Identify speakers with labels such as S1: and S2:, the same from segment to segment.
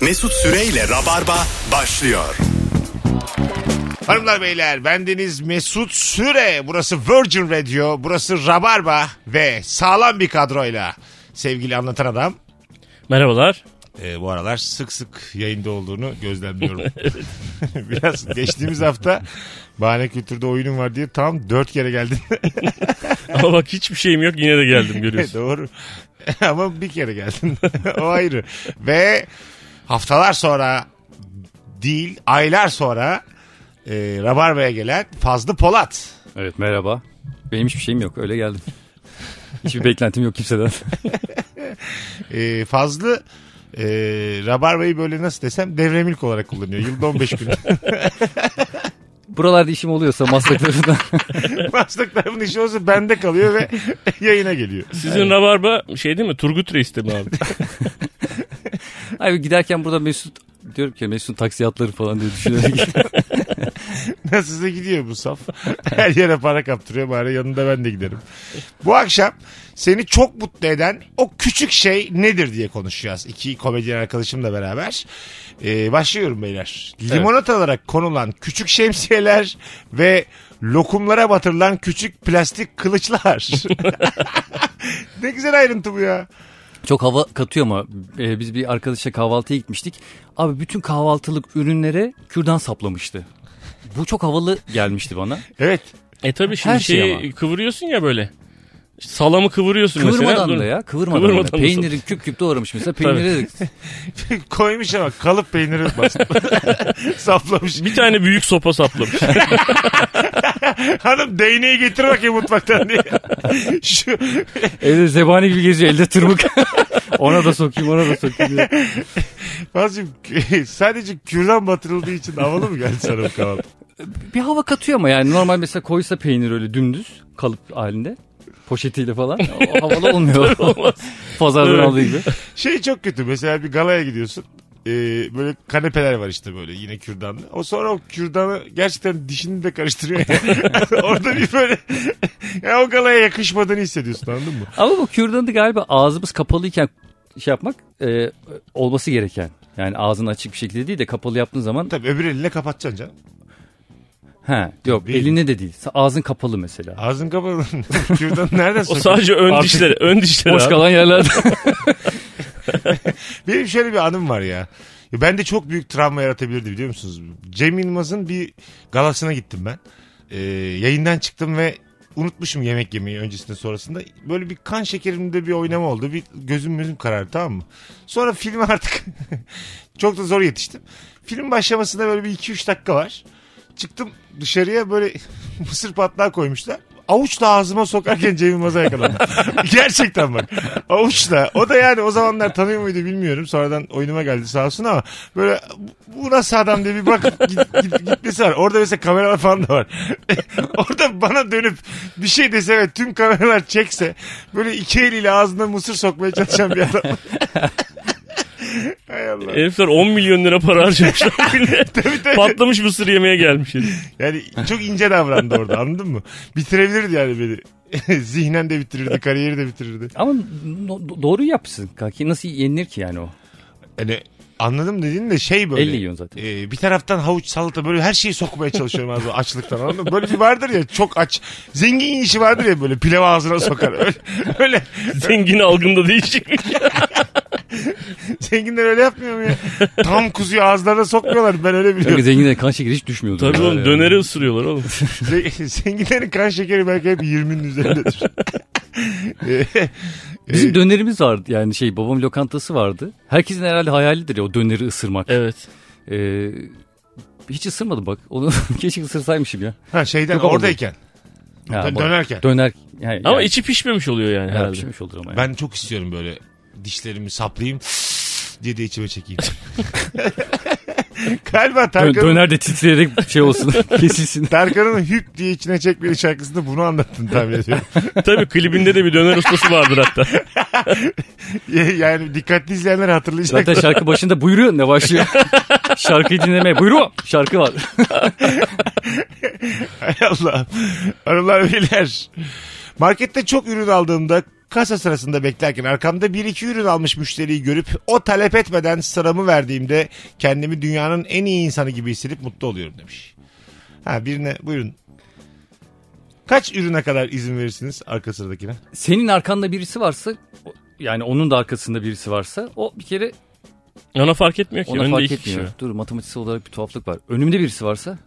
S1: Mesut Süreyle Rabarba başlıyor.
S2: Hanımlar beyler bendeniz Mesut Süre. Burası Virgin Radio, burası Rabarba ve sağlam bir kadroyla sevgili anlatan adam.
S3: Merhabalar.
S2: e, bu aralar sık sık yayında olduğunu gözlemliyorum. Biraz geçtiğimiz hafta bahane kültürde oyunum var diye tam dört kere geldi.
S3: Ama bak hiçbir şeyim yok yine de geldim görüyorsun.
S2: Doğru. Ama bir kere geldin. o ayrı. Ve haftalar sonra değil aylar sonra e, Rabarba'ya gelen Fazlı Polat.
S4: Evet merhaba. Benim hiçbir şeyim yok öyle geldim. Hiçbir beklentim yok kimseden.
S2: E, Fazlı e, Rabarba'yı böyle nasıl desem devremilk olarak kullanıyor. Yılda 15 gün.
S4: Buralarda işim oluyorsa maslaklarından.
S2: Maslak tarafının işi olsa bende kalıyor ve yayına geliyor.
S3: Sizin rabarba şey değil mi? Turgut Reis'te mi abi?
S4: Abi giderken burada Mesut diyorum ki Mesut'un taksi hatları falan diye düşünüyorum.
S2: Nasılsa gidiyor bu saf. Her yere para kaptırıyor bari yanında ben de giderim. Bu akşam seni çok mutlu eden o küçük şey nedir diye konuşacağız. İki komedyen arkadaşımla beraber. Ee, başlıyorum beyler. Limonatalara konulan küçük şemsiyeler ve lokumlara batırılan küçük plastik kılıçlar. ne güzel ayrıntı bu ya.
S4: Çok hava katıyor ama e, biz bir arkadaşla kahvaltıya gitmiştik. Abi bütün kahvaltılık ürünlere kürdan saplamıştı. Bu çok havalı gelmişti bana.
S2: Evet.
S3: E tabii şimdi
S4: Her şey
S3: şeyi
S4: ama.
S3: kıvırıyorsun ya böyle. Salamı kıvırıyorsun mesela.
S4: Kıvırmadan
S3: Dur.
S4: da ya kıvırmadan,
S3: Kıvırmadan
S4: da.
S3: mı?
S4: Peyniri küp küp doğramış mesela. Peyniri de
S2: Koymuş ama kalıp peyniri bastı. Saplamış.
S3: Bir tane büyük sopa saplamış.
S2: Hanım değneği getir bakayım mutfaktan diye. Şu
S4: elde zebani gibi geziyor elde tırmık. ona da sokayım ona da sokayım. diye.
S2: Fazlım sadece kürdan batırıldığı için havalı mı geldi sana bu kahvaltı?
S4: Bir hava katıyor ama yani normal mesela koysa peynir öyle dümdüz kalıp halinde poşetiyle falan o havalı olmuyor. Pazardan
S3: Evet.
S4: aldığı gibi.
S2: Şey çok kötü mesela bir galaya gidiyorsun. Ee, böyle kanepeler var işte böyle yine kürdanlı. O sonra o kürdanı gerçekten dişini de karıştırıyor. Orada bir böyle ya o galaya yakışmadığını hissediyorsun anladın mı?
S4: Ama bu kürdanı da galiba ağzımız kapalıyken şey yapmak e, olması gereken. Yani ağzını açık bir şekilde değil de kapalı yaptığın zaman
S2: Tabii öbür eline kapatacaksın canım.
S4: he yok
S2: Değil.
S4: eline de değil. Ağzın kapalı mesela.
S2: Ağzın kapalı. kürdanı nereden
S3: o
S2: sokuyorsun?
S3: sadece ön
S4: Artık
S3: dişleri. Ön dişleri
S4: Boş
S3: abi.
S4: kalan yerlerde.
S2: Benim şöyle bir anım var ya. Ya Ben de çok büyük travma yaratabilirdi biliyor musunuz? Cem Yılmaz'ın bir galasına gittim ben. Ee, yayından çıktım ve unutmuşum yemek yemeyi öncesinde sonrasında. Böyle bir kan şekerimde bir oynama oldu. Bir gözüm gözüm karardı tamam mı? Sonra filme artık çok da zor yetiştim. Film başlamasında böyle bir 2-3 dakika var. Çıktım dışarıya böyle mısır patlağı koymuşlar. Avuçla ağzıma sokarken Cem Yılmaz'a yakalandım. Gerçekten bak. Avuçla. O da yani o zamanlar tanıyor muydu bilmiyorum. Sonradan oyunuma geldi sağ olsun ama böyle bu nasıl adam diye bir bakıp git- git- gitmesi var. Orada mesela kameralar falan da var. Orada bana dönüp bir şey dese ve tüm kameralar çekse böyle iki eliyle ağzına mısır sokmaya çalışan bir adam. Hay Allah.
S3: Herifler 10 milyon lira para harcamışlar.
S2: Tabii, tabii.
S3: Patlamış mısır yemeye gelmiş. herif.
S2: Yani çok ince davrandı orada anladın mı? Bitirebilirdi yani beni. Zihnen de bitirirdi, kariyeri de bitirirdi.
S4: Ama no- doğru yapsın. Kanki nasıl yenilir ki yani o?
S2: Hani anladım dediğin de şey böyle.
S4: Elle yiyorsun zaten.
S2: e, bir taraftan havuç salata böyle her şeyi sokmaya çalışıyorum ağzıma açlıktan anladın mı? Böyle bir vardır ya çok aç. Zengin işi vardır ya böyle pilav ağzına sokar. Öyle, öyle.
S3: Zengin algında değişiklik.
S2: Zenginler öyle yapmıyor mu ya? Tam kuzuyu ağızlarına sokmuyorlar ben öyle
S4: Çünkü
S2: biliyorum.
S4: zenginlerin kan şekeri hiç düşmüyordu.
S3: Tabii oğlum döneri ısırıyorlar oğlum.
S2: Ze- Zenginlerin kan şekeri belki hep 20'nin üzerindedir. E,
S4: Bizim dönerimiz vardı yani şey babamın lokantası vardı. Herkesin herhalde hayalidir ya o döneri ısırmak.
S3: Evet.
S4: Ee, hiç ısırmadım bak. Onu keşke ısırsaymışım ya.
S2: ha şeyden
S4: Yok ama
S2: oradayken.
S4: Ha,
S2: Dö-
S4: bu-
S2: dönerken.
S4: Döner. Yani,
S3: Ama
S4: yani-
S3: içi pişmemiş oluyor yani
S4: Ya,
S3: herhalde.
S4: pişmemiş olur ama. yani.
S2: Ben çok istiyorum böyle dişlerimi saplayayım diye de içime çekeyim. Galiba
S4: Dö-
S2: Tarkan'ın,
S4: döner de titreyerek şey olsun. kesilsin.
S2: Tarkan'ın hüp diye içine çekmeli şarkısında bunu anlattın tahmin ediyorum.
S3: Tabii klibinde de bir döner ustası vardır hatta.
S2: yani dikkatli izleyenler hatırlayacak.
S4: Zaten şarkı başında buyuruyor ne başlıyor. Şarkıyı dinlemeye buyuruyor. Şarkı var.
S2: Hay Allah. Hanımlar beyler. Markette çok ürün aldığımda Kasa sırasında beklerken arkamda bir iki ürün almış müşteriyi görüp o talep etmeden sıramı verdiğimde kendimi dünyanın en iyi insanı gibi hissedip mutlu oluyorum demiş. Ha birine buyurun. Kaç ürüne kadar izin verirsiniz arka sıradakine?
S4: Senin arkanda birisi varsa o- yani onun da arkasında birisi varsa o bir kere
S3: Ona fark etmiyor ki.
S4: ona
S3: Önünde
S4: fark
S3: iki kişi
S4: etmiyor.
S3: var.
S4: Dur matematiksel olarak bir tuhaflık var. Önümde birisi varsa.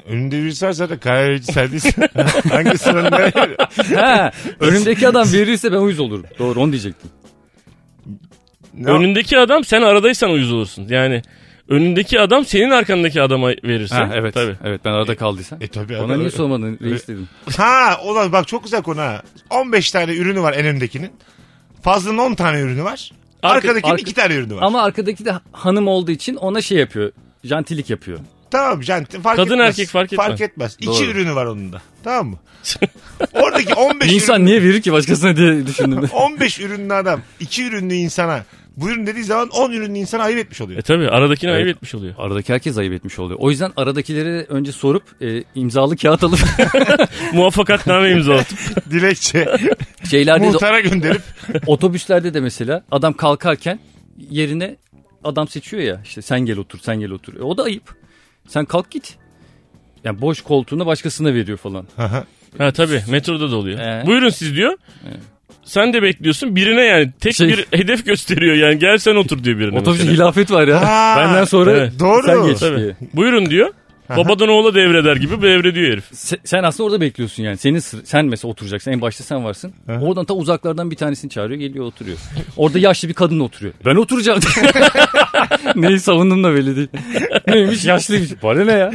S2: Önünde birisi varsa da karar verici sen değilsin. Hangi sıranın nereye?
S4: He, önümdeki adam verirse ben uyuz olurum. Doğru onu diyecektim.
S2: Ne-
S3: Önündeki adam sen aradaysan uyuz olursun. Yani önündeki adam senin arkandaki adama verirse.
S4: Ha, evet.
S3: Tabii.
S4: Evet ben arada kaldıysam.
S2: E tabii.
S4: Ona niye sormadın reis dedim.
S2: Ha ulan bak çok güzel konu ha. 15 tane ürünü var en öndekinin. Fazlının 10 tane ürünü var.
S3: Arka-
S2: Arkadakinin
S4: arka-
S2: 2 tane ürünü var.
S4: Ama arkadaki de hanım olduğu için ona şey yapıyor. Jantilik yapıyor.
S2: Tamam can fark
S3: Kadın
S2: etmez.
S3: erkek fark etmez.
S2: Fark etmez. İki
S4: Doğru.
S2: ürünü var onun da. Tamam mı? Oradaki 15
S4: Bir insan niye verir ki başkasına diye düşündüm.
S2: ürün, 15 ürünlü adam iki ürünlü insana buyurun dediği zaman 10 ürünlü insana ayıp etmiş oluyor.
S3: E tabii aradakini
S4: Evet.
S3: ayıp etmiş oluyor.
S4: Aradaki herkes ayıp etmiş oluyor. O yüzden aradakileri önce sorup e, imzalı kağıt alıp
S3: Muvaffakatname imzalatıp.
S2: Dilekçe
S4: şeylerde de
S2: muhtara gönderip
S4: otobüslerde de mesela adam kalkarken yerine adam seçiyor ya işte sen gel otur sen gel otur. E, o da ayıp. Sen kalk git. Yani boş koltuğunu başkasına veriyor falan.
S3: Ha tabii metroda da oluyor.
S4: Ee?
S3: Buyurun siz diyor. Sen de bekliyorsun. Birine yani tek
S4: Şey-
S3: bir hedef gösteriyor yani. Gel sen otur diyor birine.
S4: Otobüs
S3: Hani mesela.
S4: hilafet var ya.
S2: Ha,
S4: Benden sonra
S3: evet.
S2: Doğru.
S4: sen geç
S3: Tabii.
S4: diye.
S3: Buyurun diyor. Babadan oğula devreder gibi devrediyor herif.
S4: Se- sen aslında orada bekliyorsun yani. Senin sır- sen mesela oturacaksın. En başta sen varsın. Oradan ta uzaklardan bir tanesini çağırıyor, geliyor oturuyor. Orada yaşlı bir kadın oturuyor. Ben oturacağım. Neyi savundum da belli değil. Neymiş yaşlıymış. Bana ne ya?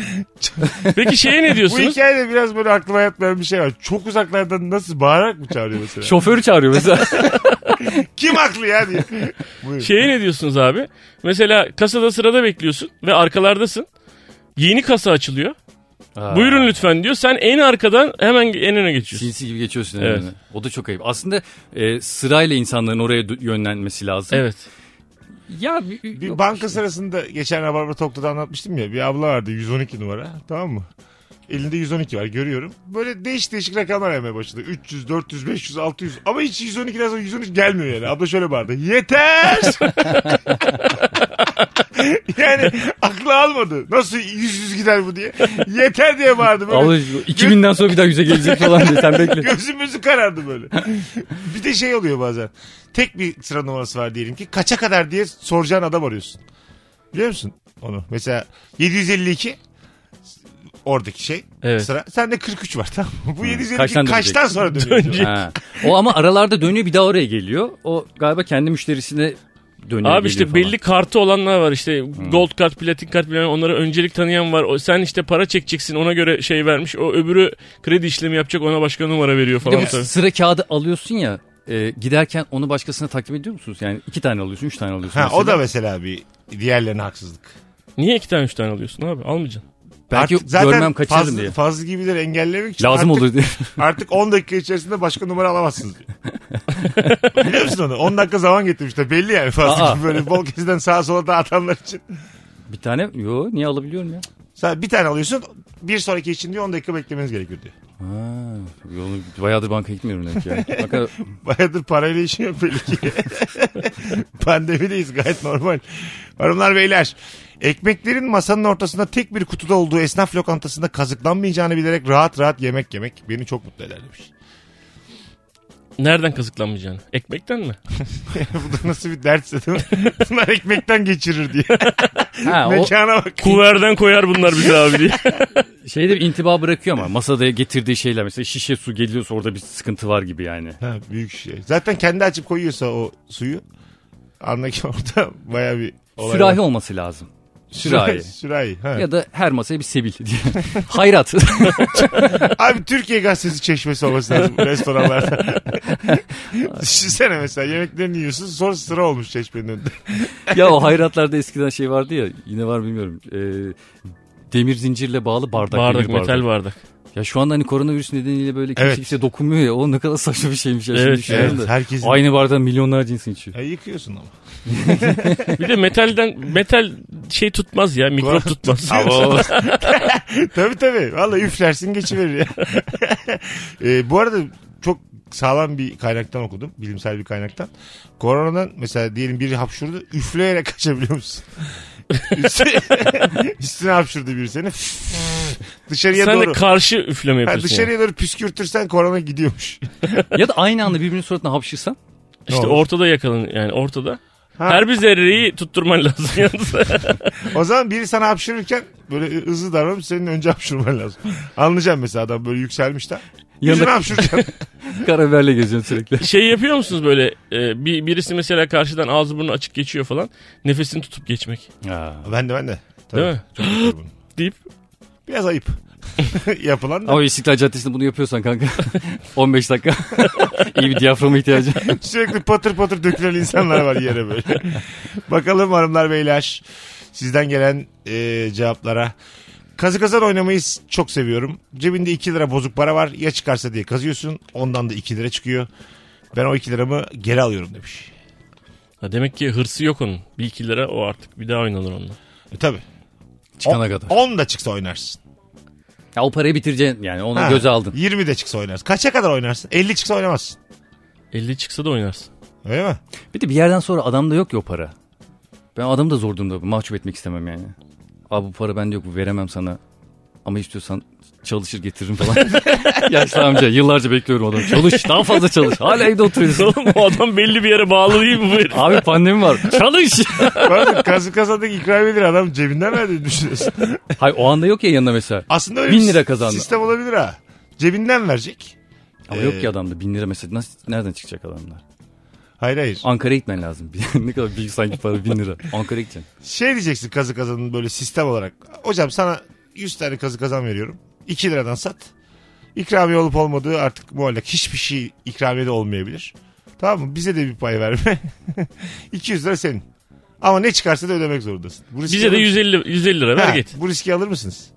S3: Peki şeye ne
S2: bu
S3: diyorsunuz?
S2: hikayede biraz böyle aklıma yatmayan bir şey var. Çok uzaklardan nasıl bağırarak mı çağırıyor mesela?
S4: Şoförü çağırıyor mesela.
S2: Kim haklı ya diye. Buyurun.
S3: Şeye ne diyorsunuz abi? Mesela kasada sırada bekliyorsun ve arkalardasın. Yeni kasa açılıyor. Buyurun lütfen diyor. Sen en arkadan hemen en öne geçiyorsun.
S4: Sinsi gibi geçiyorsun.
S3: Evet.
S4: önüne. O da çok ayıp. Aslında e, sırayla insanların oraya dö- yönlenmesi lazım.
S3: Evet.
S4: Ya bir,
S2: Bir banka sırasında geçen Rabarba Tok'ta da anlatmıştım ya. Bir abla vardı 112 numara tamam mı? Elinde 112 var görüyorum. Böyle değişik değişik rakamlar aramaya başladı. 300, 400, 500, 600 ama hiç 112'den sonra 113 gelmiyor yani. Abla şöyle bağırdı. Yeter! yani aklı almadı. Nasıl 100 100 gider bu diye. Yeter diye bağırdı. Böyle.
S4: Allah aşkına, 2000'den sonra bir daha yüze gelecek falan diye sen bekle.
S2: Gözümüzü karardı böyle. bir de şey oluyor bazen. Tek bir sıra numarası var diyelim ki kaça kadar diye soracağın adam arıyorsun. Biliyor musun onu? Mesela 752 oradaki şey
S3: Evet.
S2: sıra. Sende 43 var tamam mı? Bu 752 kaçtan,
S4: Kaçtan
S2: sonra dönüyor?
S3: Dönecek.
S4: Ha. O ama aralarda dönüyor bir daha oraya geliyor. O galiba kendi müşterisine dönüyor.
S3: Abi işte
S4: geliyor falan. Hmm.
S3: belli kartı olanlar var işte gold kart, platin kart bilmem onlara öncelik tanıyan var. O, sen işte para çekeceksin ona göre şey vermiş. O öbürü kredi işlemi yapacak ona başka numara veriyor
S4: Bir de
S3: falan.
S4: bu
S3: tabii.
S4: sıra kağıdı alıyorsun ya e, giderken onu başkasına takdim ediyor musunuz? Yani iki tane alıyorsun, üç tane alıyorsun.
S2: Ha, o da
S4: mesela.
S2: mesela bir diğerlerine haksızlık.
S3: Niye iki tane üç tane alıyorsun abi almayacaksın.
S4: Belki
S2: Artık zaten
S4: görmem kaçırırım
S2: fazla,
S4: diye.
S2: Fazla gibileri engellemek için
S4: Lazım
S2: artık,
S4: olur diye.
S2: artık 10 dakika içerisinde başka numara alamazsınız. diyor. Biliyor musun onu? 10 dakika zaman getirmişler. Belli yani fazla
S4: Aa.
S2: gibi böyle bol kezden sağa sola dağıtanlar için.
S4: bir tane yo niye alabiliyorum ya?
S2: Sen bir tane alıyorsun bir sonraki için diyor 10 dakika beklemeniz gerekiyor diyor.
S4: Ha, yolunu bayağıdır banka gitmiyorum demek ya. Banka-
S2: Bayağıdır parayla işi yok belli ki. Pandemideyiz gayet normal. Hanımlar beyler ekmeklerin masanın ortasında tek bir kutuda olduğu esnaf lokantasında kazıklanmayacağını bilerek rahat rahat yemek yemek beni çok mutlu eder demiş.
S3: Nereden kazıklanmayacağını? Ekmekten mi?
S2: Bu da nasıl bir dertse değil mi? Bunlar ekmekten geçirir diye.
S4: ha, o
S2: Mekana bak.
S3: Kuverden koyar bunlar bize abi diye.
S4: şeyde bir intiba bırakıyor ama masada getirdiği şeyler mesela şişe su geliyorsa orada bir sıkıntı var gibi yani.
S2: Ha, büyük şey. Zaten kendi açıp koyuyorsa o suyu anla ki orada baya bir olay
S4: Sürahi
S2: var.
S4: olması lazım. Sürahi.
S2: Sürahi. Ha.
S4: Ya da her masaya bir sebil diye. Hayrat.
S2: Abi Türkiye gazetesi çeşmesi olması lazım bu restoranlarda. Düşünsene mesela yemeklerini yiyorsun sonra sıra olmuş çeşmenin önünde.
S4: ya o hayratlarda eskiden şey vardı ya yine var bilmiyorum. Ee, demir zincirle bağlı bardak.
S3: bardak
S4: demir bardak.
S3: metal bardak.
S4: Ya şu anda hani koronavirüs nedeniyle böyle kimse
S2: Evet.
S4: kimseye dokunmuyor ya. O ne kadar saçma bir şeymiş ya.
S3: Evet,
S4: Şimdi düşünüyorum da.
S2: herkesin...
S4: Aynı bardan milyonlarca insan içiyor.
S2: E, yıkıyorsun ama.
S3: Bir de metalden metal şey tutmaz ya mikrop tutmaz.
S4: Abo.
S2: tabii tabii. Valla üflersin geçiverir ya. E, bu Ee, arada çok sağlam bir kaynaktan okudum. Bilimsel bir kaynaktan. Koronadan mesela diyelim biri hapşurdu. Üfleyerek kaçabiliyor musun? Üstüne, üstüne hapşurdu biri seni. Dışarıya
S3: Sen de
S2: doğru.
S3: karşı üfleme
S2: Ha,
S3: yapıyorsun. yani.
S2: dışarıya doğru püskürtürsen korona gidiyormuş.
S4: ya da aynı anda birbirinin suratına hapşırsan.
S3: İşte
S2: Doğru.
S3: ortada yakalan yani ortada.
S2: Ha.
S3: Her bir zerreyi tutturman lazım yalnız.
S2: O zaman biri sana hapşırırken böyle hızlı davranıp senin önce hapşırman lazım. Anlayacağım mesela adam böyle yükselmişten. Yüzüne
S4: Yanında-
S2: hapşıracaksın.
S4: Karabiberle geziyorsun sürekli.
S3: şey yapıyor musunuz böyle e, bir, birisi mesela karşıdan ağzı burnu açık geçiyor falan nefesini tutup geçmek
S2: ben de ben de. Tabii.
S3: Değil mi?
S2: Çok yapıyorum bunu.
S3: deyip
S2: Biraz ayıp. Yapılan da
S4: Ama İstiklal Caddesi'nde bunu yapıyorsan kanka. 15 dakika. İyi bir diyaframa ihtiyacı.
S2: sürekli patır patır dökülen insanlar var yere böyle. Bakalım hanımlar beyler sizden gelen e, cevaplara. Kazı kazan oynamayı s- çok seviyorum. Cebinde 2 lira bozuk para var. Ya çıkarsa diye kazıyorsun. Ondan da 2 lira çıkıyor. Ben o 2 liramı geri alıyorum demiş.
S3: ha, demek ki hırsı yok onun. Bir iki lira o artık bir daha oynanır onunla.
S2: E, tabii.
S4: Çıkana kadar.
S2: 10 da çıksa oynarsın.
S4: Ya o parayı bitireceksin yani onu
S2: Ha,
S4: göze aldın.
S2: 20 de çıksa oynarsın. Kaça kadar oynarsın? 50 çıksa oynamazsın.
S3: 50 çıksa da oynarsın.
S2: Öyle mi?
S4: Bir de bir yerden sonra adamda yok ya o para. Ben adamı da zor durumda mahcup etmek istemem yani. Abi bu para bende yok bu veremem sana. Ama istiyorsan çalışır getiririm falan. Yaşlı amca yıllarca bekliyorum adamı. Çalış daha fazla çalış. Hala evde oturuyorsun.
S3: Oğlum o adam belli bir yere bağlı değil mi bu herif?
S4: Abi pandemi var. Çalış.
S2: Bu arada kazı kazandık ikramiyedir adam cebinden verdiğini düşünüyorsun.
S4: Hayır o anda yok ya yanında mesela.
S2: Aslında öyle
S4: Bin
S2: bir
S4: lira kazandı.
S2: sistem olabilir ha. Cebinden verecek.
S4: Ama
S2: Ee,
S4: yok ki adamda bin lira mesela. Nasıl, nereden çıkacak adamlar?
S2: Hayır hayır.
S4: Ankara'ya gitmen lazım. ne kadar büyük sanki para bin lira. Ankara'ya gideceksin.
S2: Şey diyeceksin kazı kazanın böyle sistem olarak. Hocam sana 100 tane kazı kazan veriyorum. 2 liradan sat. İkramiye olup olmadığı artık muallak. Hiçbir şey ikramiyede olmayabilir. Tamam mı? Bize de bir pay verme. 200 lira senin. Ama ne çıkarsa da ödemek zorundasın. Bu riski
S3: Bize de
S2: alır-
S3: 150, 150 lira
S2: Ha,
S3: ver git.
S2: Bu riski alır mısınız?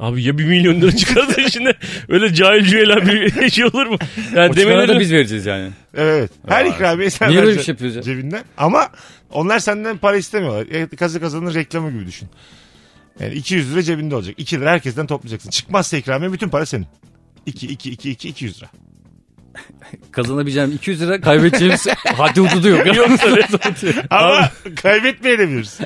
S3: Abi ya 1 milyon lira çıkarsa şimdi öyle cahil cüela bir şey olur mu? Yani
S4: O çıkana da
S3: demeleri
S4: biz vereceğiz yani.
S2: Evet. Her ikramiye sen
S4: Niye böyle
S2: vereceksin
S4: bir şey yapıyoruz ya?
S2: Cebinden. Ama onlar senden para istemiyorlar. E, Kazı kazanın reklamı gibi düşün. Yani 200 lira cebinde olacak. 2 lira herkesten toplayacaksın. Çıkmazsa ikramiye bütün para senin. 2, 2, 2, 2, 200 lira.
S4: Kazanabileceğim 200 lira kaybedeceğim haddi hududu yok.
S3: Yok tabii.
S2: Ama kaybetmeyebiliriz.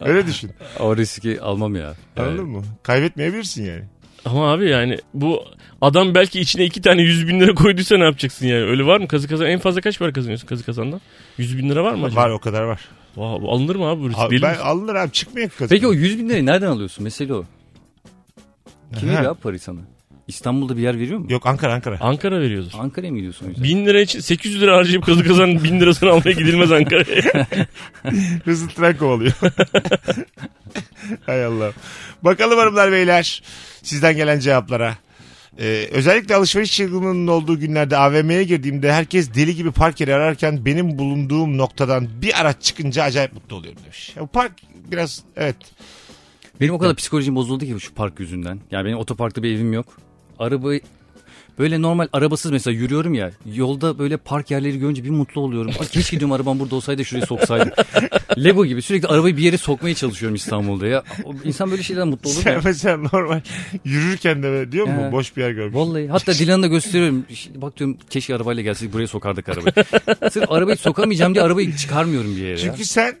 S2: Öyle düşün.
S4: o riski almam ya.
S2: Anladın mı? Kaybetmeyebilirsin yani.
S3: Ama abi yani bu adam belki içine iki tane 100 bin lira koyduysa ne yapacaksın yani? Öyle var mı? Kazı kazan en fazla kaç para kazanıyorsun kazı kazandan? 100 bin lira var mı acaba?
S2: Var o kadar var.
S3: Vay, bu alınır mı abi bu risk?
S2: Abi,
S3: Deli
S2: ben
S3: misin?
S2: alınır abi çıkmıyor ki kazı.
S4: Peki o 100 bin lirayı nereden alıyorsun? Mesele o. Kim
S2: Aha.
S4: veriyor abi parayı sana? İstanbul'da bir yer veriyor mu?
S2: Yok Ankara Ankara.
S3: Ankara veriyordur.
S4: Ankara'ya mı gidiyorsun o yüzden?
S3: Bin lira için 800 lira harcayıp kazı kazan bin lirasını almaya gidilmez Ankara'ya.
S2: Hızlı tren kovalıyor. Hay Allah. Bakalım hanımlar beyler sizden gelen cevaplara. Ee, özellikle alışveriş çılgınlığının olduğu günlerde AVM'ye girdiğimde herkes deli gibi park yeri ararken benim bulunduğum noktadan bir araç çıkınca acayip mutlu oluyorum demiş. Ya bu park biraz evet
S4: Benim o kadar psikolojim bozuldu ki şu park yüzünden. Yani benim otoparkta bir evim yok. Arabayı böyle normal arabasız mesela yürüyorum ya. Yolda böyle park yerleri görünce bir mutlu oluyorum. Ay keşke diyorum arabam burada olsaydı şuraya soksaydım. Lego gibi sürekli arabayı bir yere sokmaya çalışıyorum İstanbul'da ya. O- İnsan böyle şeyden mutlu olur mu
S2: sen
S4: ya.
S2: mesela normal yürürken de böyle diyor mu
S4: Ya.
S2: boş bir yer görmüş.
S4: Vallahi hatta Dilan'a da gösteriyorum. Şimdi Bak diyorum keşke arabayla gelseydik buraya sokardık arabayı. Sırf arabayı sokamayacağım diye arabayı çıkarmıyorum bir yere. ya.
S2: Çünkü sen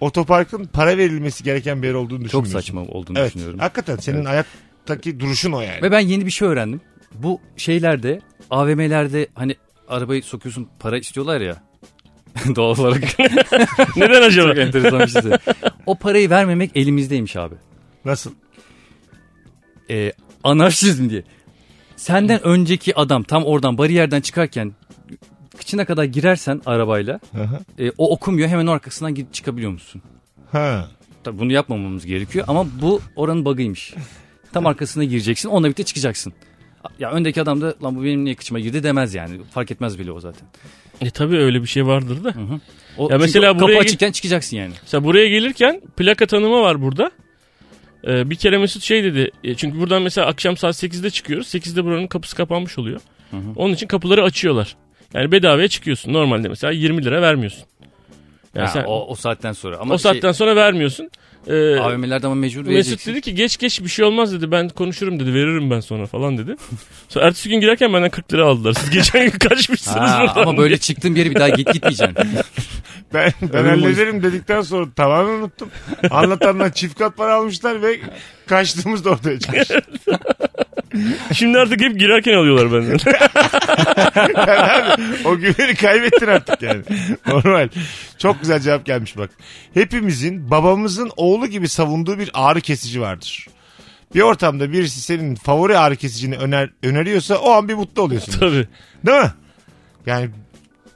S2: otoparkın para verilmesi gereken bir yer olduğunu
S4: Çok
S2: düşünmüyorsun.
S4: saçma olduğunu
S2: Evet.
S4: düşünüyorum.
S2: Hakikaten senin hayattaki duruşun o yani.
S4: Ve ben yeni bir şey öğrendim. Bu şeylerde AVM'lerde hani arabayı sokuyorsun para istiyorlar ya. Doğal olarak
S3: Neden acaba?
S4: çok enteresan bir şey. söyleyeyim. O parayı vermemek elimizdeymiş abi.
S2: Nasıl?
S4: Ee, anarşizm diye. Senden önceki adam tam oradan bariyerden çıkarken kıçına kadar girersen arabayla
S2: Aha.
S4: e, o okumuyor hemen o arkasından gidip çıkabiliyor musun?
S2: Ha.
S4: Tabii bunu yapmamamız gerekiyor ama bu oranın bug'ıymış. Tam arkasına gireceksin onunla birlikte çıkacaksın. Ya öndeki adam da lan bu benim niye kıçıma girdi demez yani. Fark etmez bile o zaten.
S3: E tabii öyle bir şey vardır da.
S4: O,
S3: Ya mesela
S4: çünkü o
S3: buraya-
S4: kapı açıkken çıkacaksın yani.
S3: Mesela buraya gelirken plaka tanıma var burada. Ee, bir kere Mesut şey dedi. e, Çünkü buradan mesela akşam saat 8'de çıkıyoruz. 8'de buranın kapısı kapanmış oluyor. Onun için kapıları açıyorlar. Yani bedavaya çıkıyorsun. Normalde mesela 20 lira vermiyorsun. Yani
S4: Ha,
S3: sen o,
S4: o, o saatten sonra. Ama şey,
S3: saatten sonra vermiyorsun. Ee,
S4: AVM'lerde ama mecbur
S3: Mesut
S4: vereceksin.
S3: dedi ki geç geç bir şey olmaz dedi. Ben konuşurum dedi. Veririm ben sonra falan dedi. Sonra ertesi gün girerken benden 40 lira aldılar. Siz geçen gün kaçmışsınız
S4: Ha,
S3: buradan.
S4: ama böyle çıktığın bir yere bir daha git gitmeyeceksin.
S2: Ben, ben
S4: Ömrüm
S2: hallederim dedikten sonra tamamen unuttum. Anlatanlar çift kat para almışlar ve kaçtığımız da ortaya çıkmış.
S3: Şimdi artık hep girerken alıyorlar benden.
S2: o güveni kaybettin artık yani. Normal. Çok güzel cevap gelmiş bak. Hepimizin babamızın oğlu gibi savunduğu bir ağrı kesici vardır. Bir ortamda birisi senin favori ağrı kesicini öner, öneriyorsa o an bir mutlu oluyorsun.
S3: Tabii.
S2: Değil mi? Yani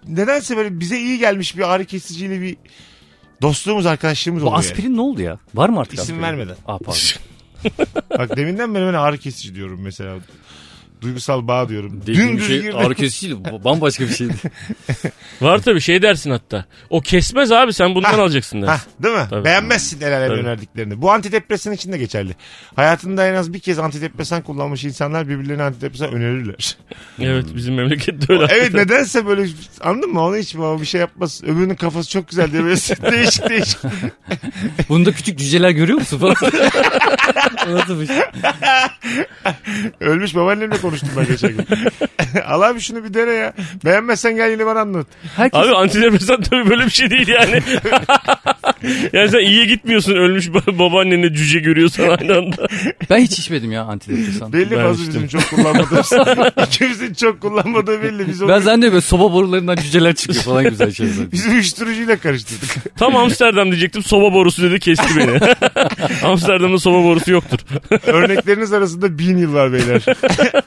S2: nedense böyle bize iyi gelmiş bir ağrı kesiciyle bir dostluğumuz, arkadaşlığımız
S4: Bu
S2: oluyor. yani.
S4: aspirin ne oldu ya? Var mı artık
S2: İsim
S4: aspirin?
S2: vermeden.
S4: Ah pardon.
S2: Bak deminden beri ben ağrı kesici diyorum mesela. Duygusal bağ diyorum.
S4: Dediğim
S2: Dümdüz
S4: şey
S2: girdim.
S4: ağrı kesiciydi. Bu Bambaşka bir şeydi.
S3: Var tabii şey dersin hatta. O kesmez abi sen bundan
S2: Hah.
S3: alacaksın dersin.
S2: Hah, değil mi?
S3: Tabii.
S2: Beğenmezsin el alem
S3: Tabii.
S2: önerdiklerini. Bu antidepresan için de geçerli. Hayatında en az bir kez antidepresan kullanmış insanlar birbirlerine antidepresan önerirler.
S3: Evet bizim memlekette öyle.
S2: evet nedense böyle anladın mı? Ona hiç baba bir şey yapmaz. Öbürünün kafası çok güzel diye böyle değişik değişik.
S4: Bunda küçük cüceler görüyor musun falan? O Nasıl bir şey?
S2: Ölmüş babaannemle konuştum ben geçen gün. Al abi şunu bir dene ya. Beğenmezsen gel yine bana anlat.
S4: Herkes
S3: Abi antidepresan tabii böyle bir şey değil yani. yani sen iyiye gitmiyorsun ölmüş ba- babaannenle cüce görüyorsan aynı anda.
S4: Ben hiç içmedim ya antidepresan.
S2: Belli
S3: Ben
S2: fazla
S3: işte-
S2: bizim çok kullanmadığımız. İkimizin çok kullanmadığı belli. Biz,
S4: Ben
S2: onu,
S4: zannediyorum böyle soba borularından cüceler çıkıyor falan güzel şeyler.
S2: biz uyuşturucuyla karıştırdık.
S3: Tam Amsterdam diyecektim soba borusu dedi kesti beni. Amsterdam'da soba borusu yoktur.
S2: Örnekleriniz arasında bin yıl var beyler.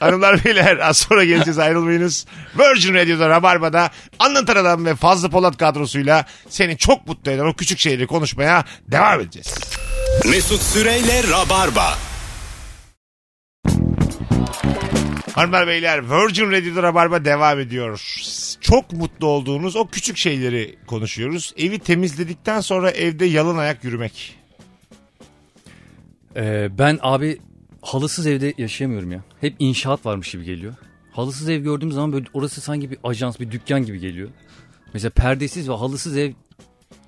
S2: Hanımlar beyler az sonra geleceğiz ayrılmayınız. Virgin Radio'da Rabarba'da Anlatan Adam ve Fazlı Polat kadrosuyla seni çok mutlu eden o küçük şeyleri konuşmaya devam edeceğiz.
S1: Mesut Süreyle Rabarba.
S2: Hanımlar beyler Virgin Radio'da Rabarba devam ediyor. Çok mutlu olduğunuz o küçük şeyleri konuşuyoruz. Evi temizledikten sonra evde yalın ayak yürümek.
S4: Ee, ben abi halısız evde yaşayamıyorum ya. Hep inşaat varmış gibi geliyor. Halısız ev gördüğüm zaman böyle orası sanki bir ajans, bir dükkan gibi geliyor. Mesela perdesiz ve halısız ev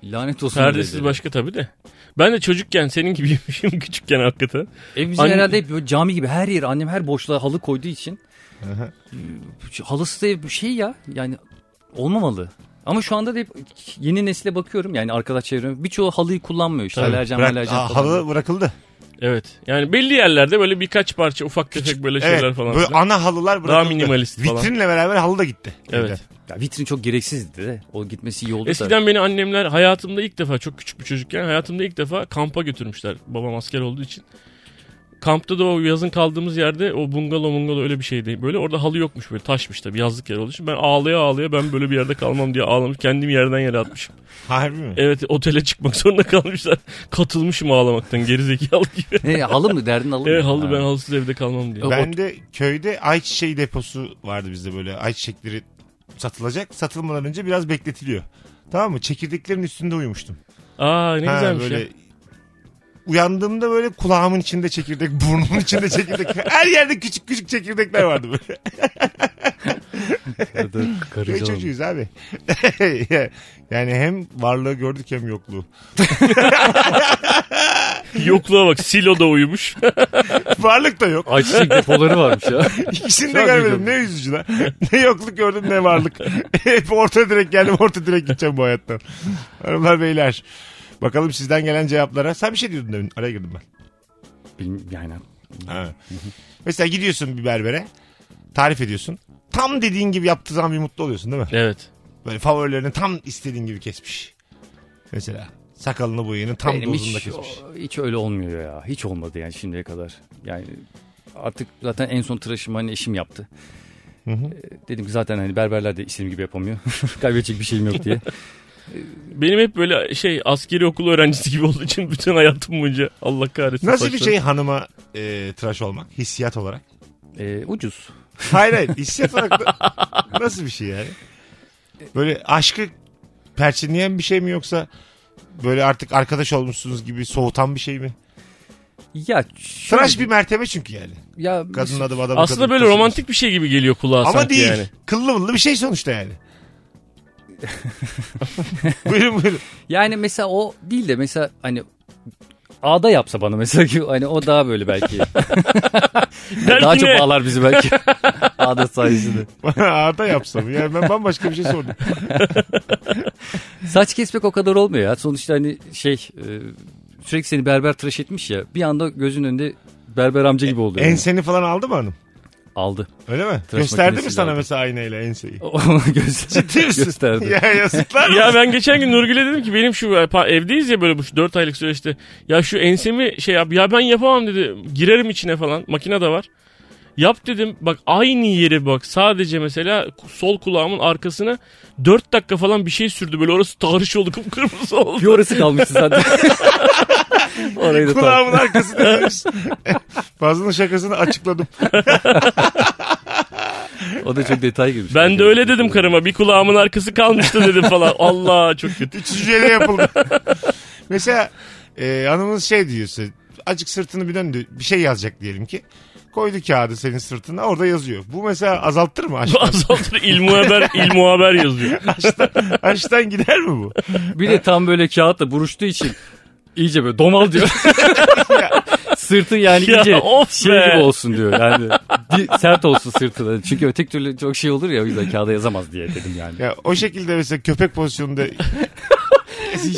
S4: lanet olsun.
S3: Perdesiz
S4: dedi.
S3: başka tabii de. Ben de çocukken senin gibiymişim küçükken hakikaten.
S4: Ev bizim
S3: Anne-
S4: herhalde hep böyle cami gibi her yere annem her boşluğa halı koyduğu için. Ee, Halısız ev bir şey ya yani olmamalı. Ama şu anda da hep yeni nesile bakıyorum yani arkadaş çevrem birçoğu halıyı kullanmıyor işte alerjen
S2: Bırak-
S4: alerjen
S2: Aa, halı bırakıldı.
S3: Evet. Yani belli yerlerde böyle birkaç parça ufak tefek böyle şeyler
S2: Evet,
S3: falan.
S2: böyle
S3: filan.
S2: ana halılar bırakıldı.
S3: minimalist falan.
S2: Vitrinle beraber halı da gitti.
S3: Evet.
S2: Evden.
S4: Ya vitrin çok gereksizdi de o gitmesi iyi oldu da.
S3: Eskiden beni annemler hayatımda ilk defa çok küçük bir çocukken hayatımda ilk defa kampa götürmüşler. Babam asker olduğu için. Kampta da o yazın kaldığımız yerde o bungalo mungalo öyle bir şeydi. Böyle orada halı yokmuş böyle taşmış tabii yazlık yer olduğu için. Ben ağlaya ağlaya ben böyle bir yerde kalmam diye ağlamış. Kendimi yerden yere atmışım.
S2: Harbi mi?
S3: Evet otele çıkmak zorunda kalmışlar. Katılmışım ağlamaktan gerizekalı gibi.
S4: Ne halı mı derdin halı mı?
S3: evet halı E,
S4: Ha.
S3: ben halısız evde kalmam diye.
S2: Ben de köyde ayçiçeği deposu vardı bizde böyle ayçiçekleri satılacak. Satılmadan önce biraz bekletiliyor. Tamam mı? Çekirdeklerin üstünde uyumuştum.
S3: Aa ne
S2: Ha,
S3: güzelmiş
S2: böyle
S3: ya.
S2: Uyandığımda böyle kulağımın içinde çekirdek, burnumun içinde çekirdek. Her yerde küçük küçük çekirdekler vardı böyle. Köy çocuğuyuz abi. yani hem varlığı gördük hem yokluğu.
S3: Yokluğa bak siloda uyumuş.
S2: Varlık da yok.
S4: Ayçiçek depoları varmış ya.
S2: İkisini de görmedim. Ne üzücü lan. ne yokluk gördüm ne varlık. Hep orta direk geldim orta direk gideceğim bu hayattan. Hanımlar beyler. Bakalım sizden gelen cevaplara. Sen bir şey diyordun demin. Araya girdim ben.
S4: Bilmiyorum yani.
S2: Ha. Mesela gidiyorsun bir berbere. Tarif ediyorsun. Tam dediğin gibi yaptığı zaman bir mutlu oluyorsun değil mi?
S3: evet.
S2: Böyle favorilerini tam istediğin gibi kesmiş. Mesela sakalını boyayını tam
S4: Benim
S2: dozunda
S4: hiç,
S2: kesmiş.
S4: o- hiç öyle olmuyor ya. Hiç olmadı yani şimdiye kadar. Yani artık zaten en son tıraşımı hani eşim yaptı. Ee, Dedim ki zaten hani berberler de istediğim gibi yapamıyor. Kaybedecek bir şeyim yok diye.
S3: Benim hep böyle şey askeri okul öğrencisi gibi olduğu için bütün hayatım boyunca Allah kahretsin.
S2: Nasıl bir
S3: saçlarım.
S2: şey hanıma e, tıraş olmak? Hissiyat olarak.
S4: Ee, ucuz.
S2: Hayır hayır hissiyat olarak da- nasıl bir şey yani? Böyle aşkı perçinleyen bir şey mi yoksa böyle artık arkadaş olmuşsunuz gibi soğutan bir şey mi?
S4: Ya şöyle
S2: Tıraş bir mertebe çünkü yani.
S4: Ya
S2: Kadının adı adamın
S3: Aslında
S2: kadın
S3: böyle
S2: kızı.
S3: romantik bir şey gibi geliyor kulağa
S2: Ama
S3: sanki
S2: değil.
S3: yani.
S2: Kıllı mıllı bir şey sonuçta yani. buyurun buyurun.
S4: Yani mesela o değil de mesela hani A'da yapsa bana mesela ki hani o daha böyle belki. Yani daha
S3: Belki
S4: çok
S3: ne?
S4: bağlar bizi belki. A'da sayesinde.
S2: Bana ağda yapsam. Yani ben bambaşka bir şey sordum.
S4: Saç kesmek o kadar olmuyor ya. Sonuçta hani şey e, sürekli seni berber tıraş etmiş ya. Bir anda gözün önünde berber amca gibi oluyor. yani.
S2: Enseni falan aldı mı hanım?
S4: Aldı.
S2: Öyle mi? Gösterdi mi
S4: makinesiyle
S2: sana
S4: aldı.
S2: mesela aynayla enseyi? Ciddi
S4: Göster
S2: misin?
S4: gösterdi.
S2: ya yazıklar
S3: Ya
S2: olsun.
S3: ben geçen gün Nurgül'e dedim ki benim şu pa- evdeyiz ya böyle bu 4 aylık süreçte. Ya şu ensemi şey yap ya ben yapamam dedi. Girerim içine falan. Makine de var. Yap dedim bak aynı yere bak sadece mesela sol kulağımın arkasına 4 dakika falan bir şey sürdü böyle orası tarış oldu kıpkırmızı oldu.
S4: Bir orası kalmıştı zaten. Orayı da tar-
S2: Kulağımın arkasında demiş. Fazlının şakasını açıkladım.
S4: O da çok detay girmiş.
S3: Ben de öyle dedim karıma bir kulağımın arkası kalmıştı dedim falan. Allah çok kötü.
S2: Üçüncü ele yapıldı. Mesela e, hanımınız şey diyorsa acık sırtını bir döndü bir şey yazacak diyelim ki. Koydu kağıdı senin sırtına orada yazıyor. Bu mesela azaltır mı aşktan?
S3: Azaltır ilmu haber, ilmu haber yazıyor.
S2: aşktan gider mi bu?
S4: Bir de tam böyle kağıtla buruştuğu için iyice böyle domal diyor. Sırtı yani
S3: Ya
S4: iyice
S3: of
S4: şey
S3: be.
S4: gibi olsun diyor. Yani di- sert olsun sırtı. Çünkü öteki türlü çok şey olur ya o yüzden kağıda yazamaz diye dedim yani.
S2: Ya o şekilde mesela köpek pozisyonunda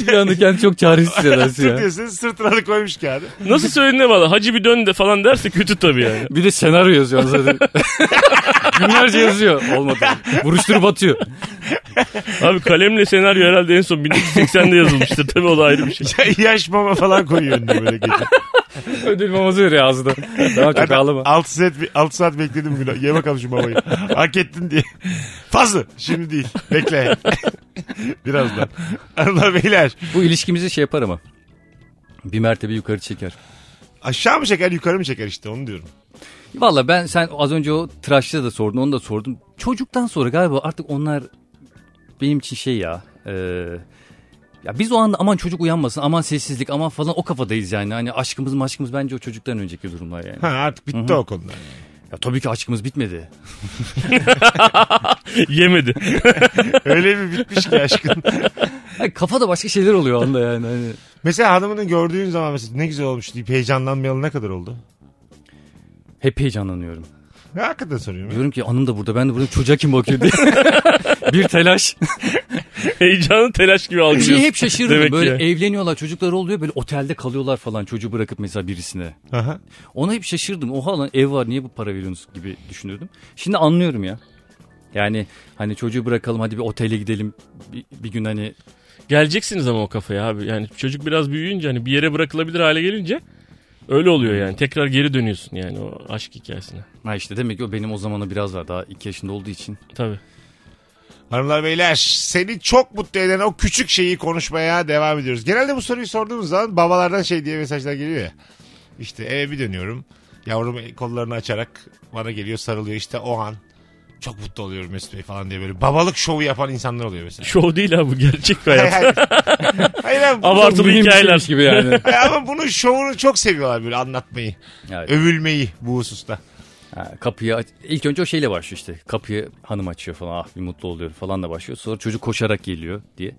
S4: Bir anda kendini çok çaresiz hissedersin
S2: sır
S4: ya.
S2: diyorsanız sırtına da koymuş kağıdı.
S3: Nasıl söylediğine bağlı. Hacı bir dön de falan derse kötü tabii yani.
S4: Bir de senaryo yazıyor zaten. Günlerce yazıyor. Olmadı. Buruşturup atıyor.
S3: Abi kalemle senaryo herhalde en son 1980'de yazılmıştır. Tabii o da ayrı bir şey.
S2: Yaş mama falan koyuyor önüne böyle gece.
S4: Ödül maması veriyor ağzına. Tamam çok ağlama.
S2: 6 saat, 6 saat bekledim bugün. Ye bakalım şu mamayı. Hak ettin diye. Fazla. Şimdi değil. Bekle. Birazdan. Allah beyler.
S4: Bu ilişkimizi şey yapar ama. Bir mertebe yukarı çeker.
S2: Aşağı mı çeker yukarı mı çeker işte onu diyorum.
S4: Valla ben sen az önce o tıraşta da sordun onu da sordum. Çocuktan sonra galiba artık onlar benim için şey ya. e, ya biz o anda aman çocuk uyanmasın aman sessizlik aman falan o kafadayız yani. Hani aşkımız maşkımız bence o çocuktan önceki durumlar yani.
S2: Ha artık bitti o konular.
S4: Ya tabii ki aşkımız bitmedi.
S3: Yemedi.
S2: Öyle bir bitmiş ki aşkın.
S4: Hayır, kafada başka şeyler oluyor o anda yani. Hani.
S2: mesela hanımını gördüğün zaman mesela ne güzel olmuş deyip heyecanlanmayalı ne kadar oldu?
S4: Hep heyecanlanıyorum.
S2: Ha, hakikaten soruyorum. ya.
S4: Diyorum ki hanım da burada ben de burada çocuğa kim bakıyor diye. bir telaş.
S3: Heyecanı telaş gibi
S4: Bir şeye
S3: algılıyorsun.
S4: Şey, hep şaşırıyorum.
S3: Demek
S4: Böyle e-
S3: ki.
S4: evleniyorlar çocuklar oluyor böyle otelde kalıyorlar falan çocuğu bırakıp mesela birisine.
S2: Aha.
S4: Ona hep şaşırdım. Oha lan ev var niye bu para veriyorsunuz gibi düşünüyordum. Şimdi anlıyorum ya. Yani hani çocuğu bırakalım hadi bir otele gidelim. Bir, bir gün hani
S3: Geleceksiniz ama o kafaya abi. Yani çocuk biraz büyüyünce hani bir yere bırakılabilir hale gelince öyle oluyor yani. Tekrar geri dönüyorsun yani o aşk hikayesine.
S4: ha işte demek ki o benim o zamana biraz var daha iki yaşında olduğu için.
S3: Tabii.
S2: Hanımlar beyler seni çok mutlu eden o küçük şeyi konuşmaya devam ediyoruz. Genelde bu soruyu sorduğumuz zaman babalardan şey diye mesajlar geliyor ya. İşte eve bir dönüyorum. Yavrum e, kollarını açarak bana geliyor sarılıyor işte o an. Çok mutlu oluyorum Mesut Bey falan diye böyle babalık şovu yapan insanlar oluyor mesela.
S3: Şov değil abi bu gerçek bir
S2: Hayır
S3: hayat.
S2: hayır. hayır abi, bunu-
S3: Abartılı
S4: Mühim bir
S3: hikayeler.
S4: şeymiş gibi yani.
S2: Hayır ama bunun şovunu çok seviyorlar böyle anlatmayı.
S4: Evet.
S2: Övülmeyi bu hususta.
S4: Ha, kapıyı aç- ilk önce o şeyle başlıyor işte. Kapıyı hanım açıyor falan. Ah bir mutlu oluyorum falan da başlıyor. Sonra çocuk koşarak geliyor diye.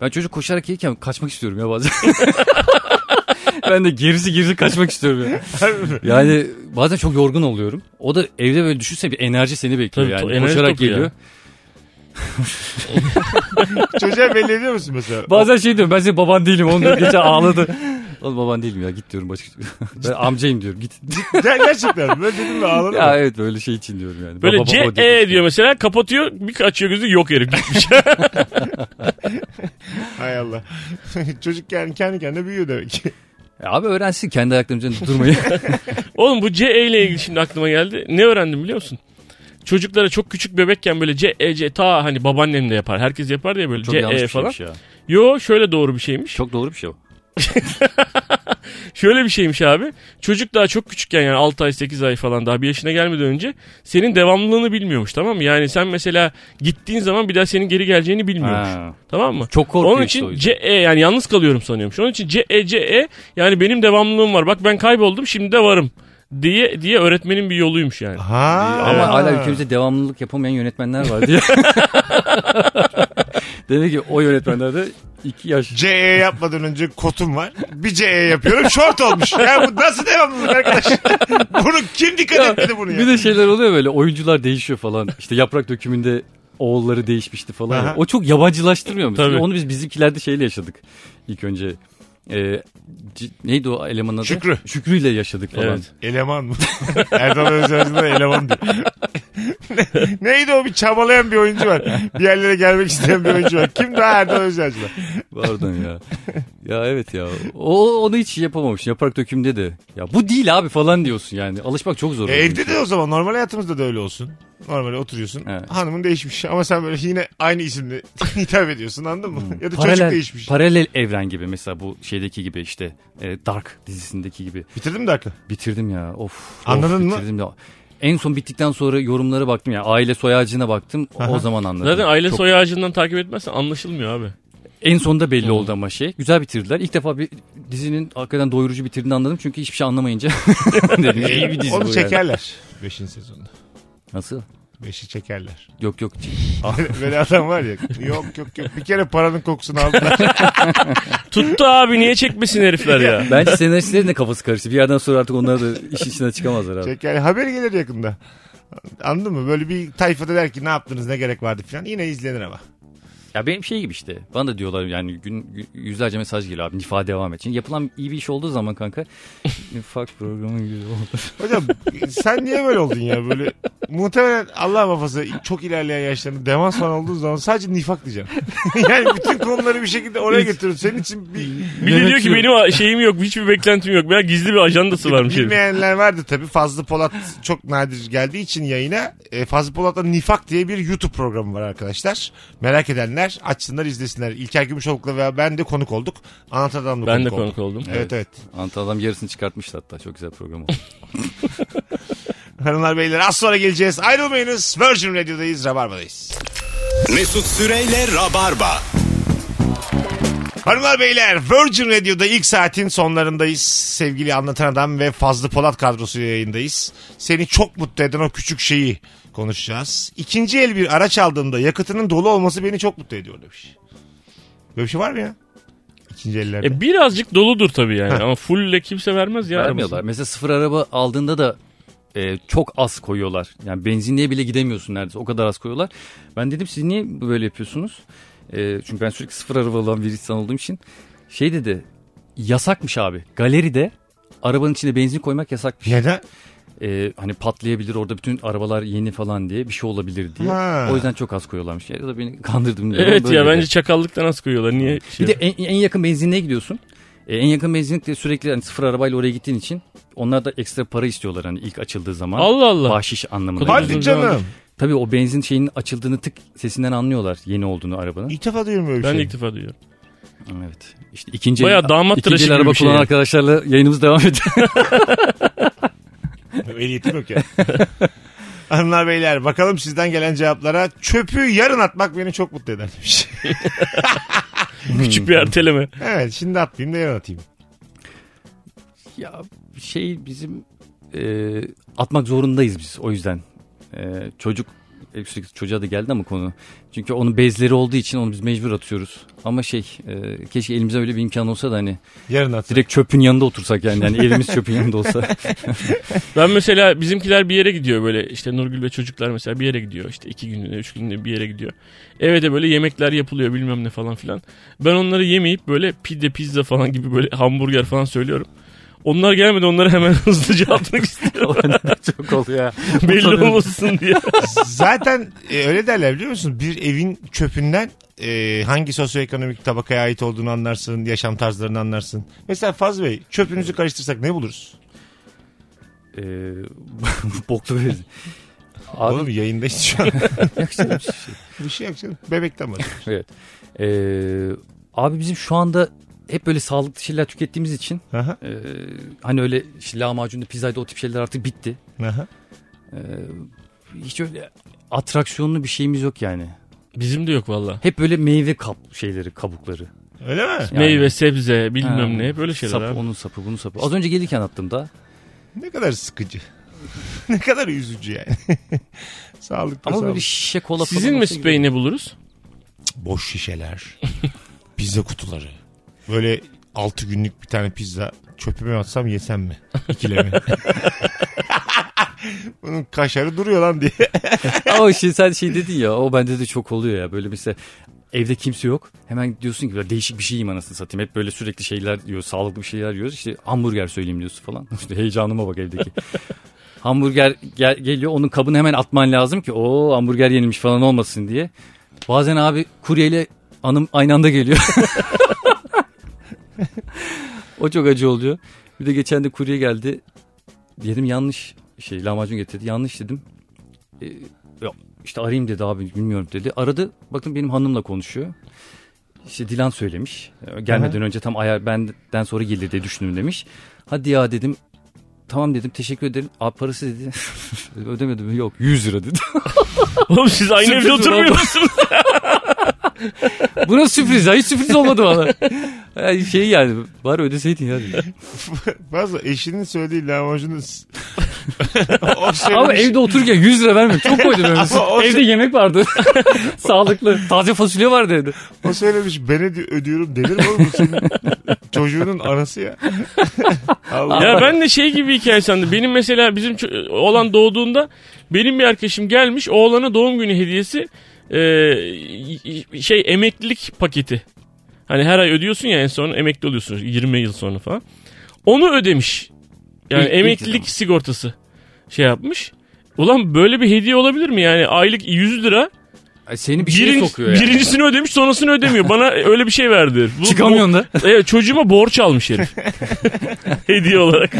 S4: Ben çocuk koşarak gelirken kaçmak istiyorum ya bazen. ben de gerisi gerisi kaçmak istiyorum ya. Yani bazen çok yorgun oluyorum. O da evde böyle düşünsene bir enerji seni bekliyor
S3: Tabii,
S4: yani.
S3: to- enerji
S4: koşarak
S3: topu ya.
S4: geliyor.
S2: Çocuğa belli ediyor musun mesela?
S4: Bazen şey diyorum ben senin baban değilim. Onu da gece ağladı. Oğlum baban değilim ya git diyorum başka. şey ben amcayım diyorum git.
S2: Ger- Gerçekten böyle dedim mi ağladım.
S4: ya evet böyle şey için diyorum yani.
S3: Böyle
S4: Baba,
S3: C,
S4: baba
S3: E
S4: dedim.
S3: diyor mesela kapatıyor bir açıyor gözü yok herif gitmiş.
S2: Hay Allah. Çocuk kendi, kendi kendine büyüyor demek ki.
S4: Ya Abi öğrensin kendi ayaklarının üzerinde durmayı.
S3: Oğlum bu CE ile ilgili şimdi aklıma geldi. Ne öğrendim biliyor musun? Çocuklara çok küçük bebekken böyle CE, C, ta hani babaannem de yapar. Herkes yapar diye böyle
S4: Çok yanlış
S3: CE
S4: bir
S3: E falan.
S4: şeymiş ya.
S3: Yo şöyle doğru bir şeymiş.
S4: Çok doğru bir şey o.
S3: Şöyle bir şeymiş abi. Çocuk daha çok küçükken yani 6 ay 8 ay falan daha bir yaşına gelmeden önce senin devamlılığını bilmiyormuş tamam mı? Yani sen mesela gittiğin zaman bir daha senin geri geleceğini bilmiyormuş.
S4: Ha.
S3: Tamam mı?
S4: Çok korkuyor
S3: Onun
S4: işte o
S3: için
S4: yüzden.
S3: CE yani yalnız kalıyorum sanıyormuş. Onun için CE CE E yani benim devamlılığım var. Bak ben kayboldum şimdi de varım diye diye öğretmenin bir yoluymuş yani.
S2: Ha.
S4: Ama hala ülkemizde devamlılık yapamayan yönetmenler var diye. Demek ki o yönetmenlerde iki yaş.
S2: CE E yapmadan önce kotum var. Bir CE yapıyorum şort olmuş. Ya bu nasıl devamlılık arkadaş? bunu kim dikkat etmedi bunu ya?
S4: Bir de şeyler oluyor böyle oyuncular değişiyor falan. İşte yaprak dökümünde oğulları değişmişti falan.
S2: Aha.
S4: O çok yabancılaştırmıyor mu?
S3: Tabii.
S4: Onu biz bizimkilerde şeyle yaşadık ilk önce. Ee, C- neydi o elemanın adı?
S2: Şükrü.
S4: Şükrü ile yaşadık falan.
S3: Evet.
S2: Eleman mı? Erdal Özyazı'da eleman diyor. Ne- Neydi o bir çabalayan bir oyuncu var. Bir yerlere gelmek isteyen bir oyuncu var. Kim daha Erdal E, Özyazı'da?
S4: Pardon ya. ya evet ya. O onu hiç yapamamış. Yaprak dökümde de. Ya bu değil abi falan diyorsun yani. Alışmak çok zor.
S2: E,
S4: oluyor.
S2: evde de o zaman normal hayatımızda da öyle olsun. Normal oturuyorsun.
S4: Evet.
S2: Hanımın değişmiş ama sen böyle yine aynı isimle hitap ediyorsun anladın
S4: Hmm.
S2: mı? Ya da çocuk değişmiş.
S4: paralel evren gibi mesela bu şeydeki gibi işte e, Dark dizisindeki gibi.
S2: Bitirdim de aklı.
S4: Bitirdim ya. Of.
S2: Anladın
S4: of,
S2: mı?
S4: Bitirdim de. En son bittikten sonra yorumlara baktım ya. Aile soy ağacına baktım. O zaman anladım.
S3: Zaten aile
S4: Çok-
S3: soy ağacından takip etmezsen anlaşılmıyor abi.
S4: En sonda belli oldu ama şey. Güzel bitirdiler. İlk defa bir dizinin hakikaten doyurucu bitirdiğini anladım. Çünkü hiçbir şey anlamayınca. dedim, iyi bir dizi
S2: Ee, Onu
S4: bu yani.
S2: çekerler. Beşinci sezonda.
S4: Nasıl?
S2: Beşi çekerler.
S4: Yok yok.
S2: Böyle adam var ya. Yok yok yok. Bir kere paranın kokusunu aldılar.
S3: Tuttu abi niye çekmesin herifler ya.
S4: Bence senaristlerin de kafası karıştı. Bir yerden sonra artık onlar da işin içinden çıkamazlar abi.
S2: Çeker. Haber gelir yakında. Anladın mı? Böyle bir tayfada der ki ne yaptınız ne gerek vardı falan. Yine izlenir ama.
S4: Ya benim şey gibi işte. Bana da diyorlar yani gün yüzlerce mesaj geliyor abi. Nifa devam et. Şimdi yapılan iyi bir iş olduğu zaman kanka. Fuck programı gibi oldu.
S2: Hocam sen niye böyle oldun ya? Böyle muhtemelen Allah muhafaza çok ilerleyen yaşlarında demans falan olduğun zaman sadece nifak diyeceğim. yani bütün konuları bir şekilde oraya götürüp senin için bir
S3: Bir de diyor ki benim a- şeyim yok, hiçbir beklentim yok. Ben gizli bir ajandası varmış herif.
S2: Bilmeyenler vardı tabii. Fazlı Polat çok nadir geldiği için yayına. E, Fazlı Polat'la Nifak diye bir YouTube programı var arkadaşlar. Merak edenler açsınlar izlesinler. İlker Gümüşoluk'la ve ben de konuk olduk. Anlatan Adam'la
S3: Ben de
S2: konuk olduk.
S3: konuk oldum.
S2: Evet evet.
S4: Antal adam yarısını çıkartmıştı hatta. Çok güzel program oldu.
S2: Hanımlar beyler az sonra geleceğiz. Ayrılmayınız. Virgin Radio'dayız. Rabarba'dayız.
S1: Mesut Süreyle Rabarba.
S2: Hanımlar beyler Virgin Radio'da ilk saatin sonlarındayız. Sevgili Anlatan Adam ve Fazlı Polat kadrosuyla yayındayız. Seni çok mutlu eden o küçük şeyi konuşacağız. İkinci el bir araç aldığımda yakıtının dolu olması beni çok mutlu ediyor demiş. Böyle bir şey var mı ya? İkinci ellerde.
S3: E birazcık doludur tabii yani ama full'le kimse vermez ya.
S4: Vermiyorlar.
S3: arabasını.
S4: Mesela sıfır araba aldığında da e, çok az koyuyorlar. Yani benzinliğe bile gidemiyorsun neredeyse. O kadar az koyuyorlar. Ben dedim siz niye böyle yapıyorsunuz? E, çünkü ben sürekli sıfır araba olan bir insan olduğum için. Şey dedi. Yasakmış abi. Galeride arabanın içine benzin koymak yasakmış.
S2: Neden?
S4: E, hani patlayabilir orada bütün arabalar yeni falan diye bir şey olabilir diye.
S2: Ha.
S4: O yüzden çok az koyuyorlarmış. Ya da beni kandırdım. diyorum.
S3: Evet
S4: Böyle
S3: ya
S4: de.
S3: bence çakallıktan az koyuyorlar. Niye şey?
S4: Bir de en, en yakın benzinliğe gidiyorsun. E, en yakın benzinlikte sürekli hani sıfır arabayla oraya gittiğin için onlar da ekstra para istiyorlar hani ilk açıldığı zaman.
S3: Allah Allah.
S4: Bahşiş anlamında.
S3: Hadi.
S2: Hadi
S4: Yani.
S2: canım.
S4: Tabii o benzin şeyinin açıldığını tık sesinden anlıyorlar yeni olduğunu arabanın.
S2: İlk defa duyuyorum böyle bir
S3: Ben de
S2: şey.
S3: ilk defa duyuyorum.
S4: Evet. İşte ikinci
S3: Bayağı damat
S4: ikinci
S3: tıraşı
S4: el
S3: gibi
S4: araba
S3: bir şey
S4: kullanan
S3: yani.
S4: arkadaşlarla yayınımız devam ediyor.
S2: Ehliyetim yok ya. Hanımlar beyler bakalım sizden gelen cevaplara çöpü yarın atmak beni çok mutlu eder demiş.
S4: Hmm.
S3: Küçük bir erteleme.
S2: evet şimdi atmayayım da yarın atayım.
S4: ya şey bizim e, atmak zorundayız biz o yüzden. E, çocuk e, sürekli çocuğa da geldi ama konu. Çünkü onun bezleri olduğu için onu biz mecbur atıyoruz. Ama şey e, keşke elimize öyle bir imkan olsa da hani
S2: Yarın at.
S4: Direkt çöpün yanında otursak yani. yani elimiz çöpün yanında olsa.
S3: Ben mesela bizimkiler bir yere gidiyor böyle işte Nurgül ve çocuklar mesela bir yere gidiyor işte iki günlüğüne üç günlüğüne bir yere gidiyor. Eve de böyle yemekler yapılıyor bilmem ne falan filan. Ben onları yemeyip böyle pide pizza falan gibi böyle hamburger falan söylüyorum. Onlar gelmedi onları hemen hızlıca atmak istiyorum.
S4: Çok oluyor.
S3: Belli olmasın diye.
S2: Zaten e, öyle derler biliyor musun? Bir evin çöpünden e, hangi sosyoekonomik tabakaya ait olduğunu anlarsın, yaşam tarzlarını anlarsın. Mesela Faz Bey çöpünüzü karıştırsak ne buluruz?
S4: Ee, boklu bir Abi
S2: Oğlum yayındayız şu an. bir şey yok canım. Bebekten var.
S4: evet. Ee, abi bizim şu anda hep böyle sağlıklı şeyler tükettiğimiz için
S2: Aha,
S4: ee, hani öyle işte lahmacunda pizzayda o tip şeyler artık bitti.
S2: aha.
S4: Ee, hiç öyle atraksiyonlu bir şeyimiz yok yani.
S3: Bizim de yok valla.
S4: Hep böyle meyve kap şeyleri, kabukları.
S2: Öyle mi?
S4: Yani-
S3: Meyve, sebze bilmem
S4: Ha,
S3: ne böyle şeyler
S4: sapı,
S3: abi.
S4: Onun sapı, bunun sapı. Az önce gelirken attım da.
S2: Ne kadar sıkıcı. ne kadar üzücü yani. Sağlıklı
S4: Ama
S2: sağlıklı.
S4: böyle şişe kola falan
S3: Sizin
S4: olsa
S3: Mesut Bey ne buluruz?
S2: boş şişeler, pizza kutuları. Böyle 6 günlük bir tane pizza çöpüme atsam yesem mi? İkileme. Bunun kaşarı duruyor lan diye.
S4: Ama şimdi sen şey dedin ya o bende de çok oluyor ya böyle mesela evde kimse yok. Hemen diyorsun ki "Ya değişik bir şey yiyeyim anasını satayım. Hep böyle sürekli şeyler yiyor sağlıklı bir şeyler yiyoruz. İşte hamburger söyleyeyim diyorsun falan. İşte heyecanıma bak evdeki. hamburger gel- geliyor onun kabını hemen atman lazım ki o hamburger yenilmiş falan olmasın diye. Bazen abi kuryeyle anım aynı anda geliyor. o çok acı oluyor. Bir de geçen de kurye geldi. Dedim yanlış şey lahmacun getirdi. Yanlış dedim. Ee, ya işte arayayım dedi abi bilmiyorum dedi. Aradı baktım benim hanımla konuşuyor. İşte Dilan söylemiş. Ee, Gelmeden önce tam ayar benden sonra gelir diye düşündüm demiş. Hadi ya dedim. Tamam dedim teşekkür ederim. Abi parası dedi. Ödemedim. Yok 100 lira dedi.
S3: Oğlum siz aynı
S4: Sürpriz
S3: evde
S4: oldu.
S3: oturmuyor musunuz?
S4: Bu nasıl sürpriz ya? Hiç sürpriz olmadı bana. Yani şey yani var ödeseydin ya dedi.
S2: Fazla eşinin söylediği lahmacunun s- o
S4: Ama
S2: söylemiş.
S4: evde otururken 100 lira vermiyor. Çok koydum ömrüsü.
S2: Ama o
S4: evde
S2: şey-
S4: yemek vardı. Sağlıklı. Taze fasulye vardı evde.
S2: O söylemiş ben öde- ödüyorum denir mi oğlum? Bu senin çocuğunun anası ya. Allah.
S3: ya ben de şey gibi hikaye sandım. Benim mesela bizim ço- oğlan doğduğunda benim bir arkadaşım gelmiş oğlana doğum günü hediyesi e, y- y- şey emeklilik paketi. Hani her ay ödüyorsun ya en son emekli oluyorsun 20 yıl sonra falan. Onu ödemiş. Yani
S4: İlk- ilk
S3: emeklilik
S4: zaman.
S3: sigortası şey yapmış. Ulan böyle bir hediye olabilir mi yani aylık 100 lira
S4: Ay, Seni bir şeye
S3: Birinci-
S4: sokuyor yani.
S3: Birincisini ödemiş sonrasını ödemiyor. Bana öyle bir şey verdi. herif. Bu-
S4: Çıkamıyorsun da.
S3: bu- evet E, çocuğuma borç almış herif. Hediye olarak.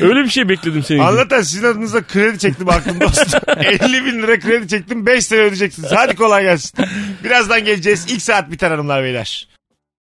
S3: Öyle bir şey bekledim senin. gibi.
S2: Anlatan sizin adınıza kredi çektim aklım dostum. 50 bin lira kredi çektim 5 sene ödeyeceksiniz. Hadi kolay gelsin. Birazdan geleceğiz. İlk saat biter hanımlar beyler.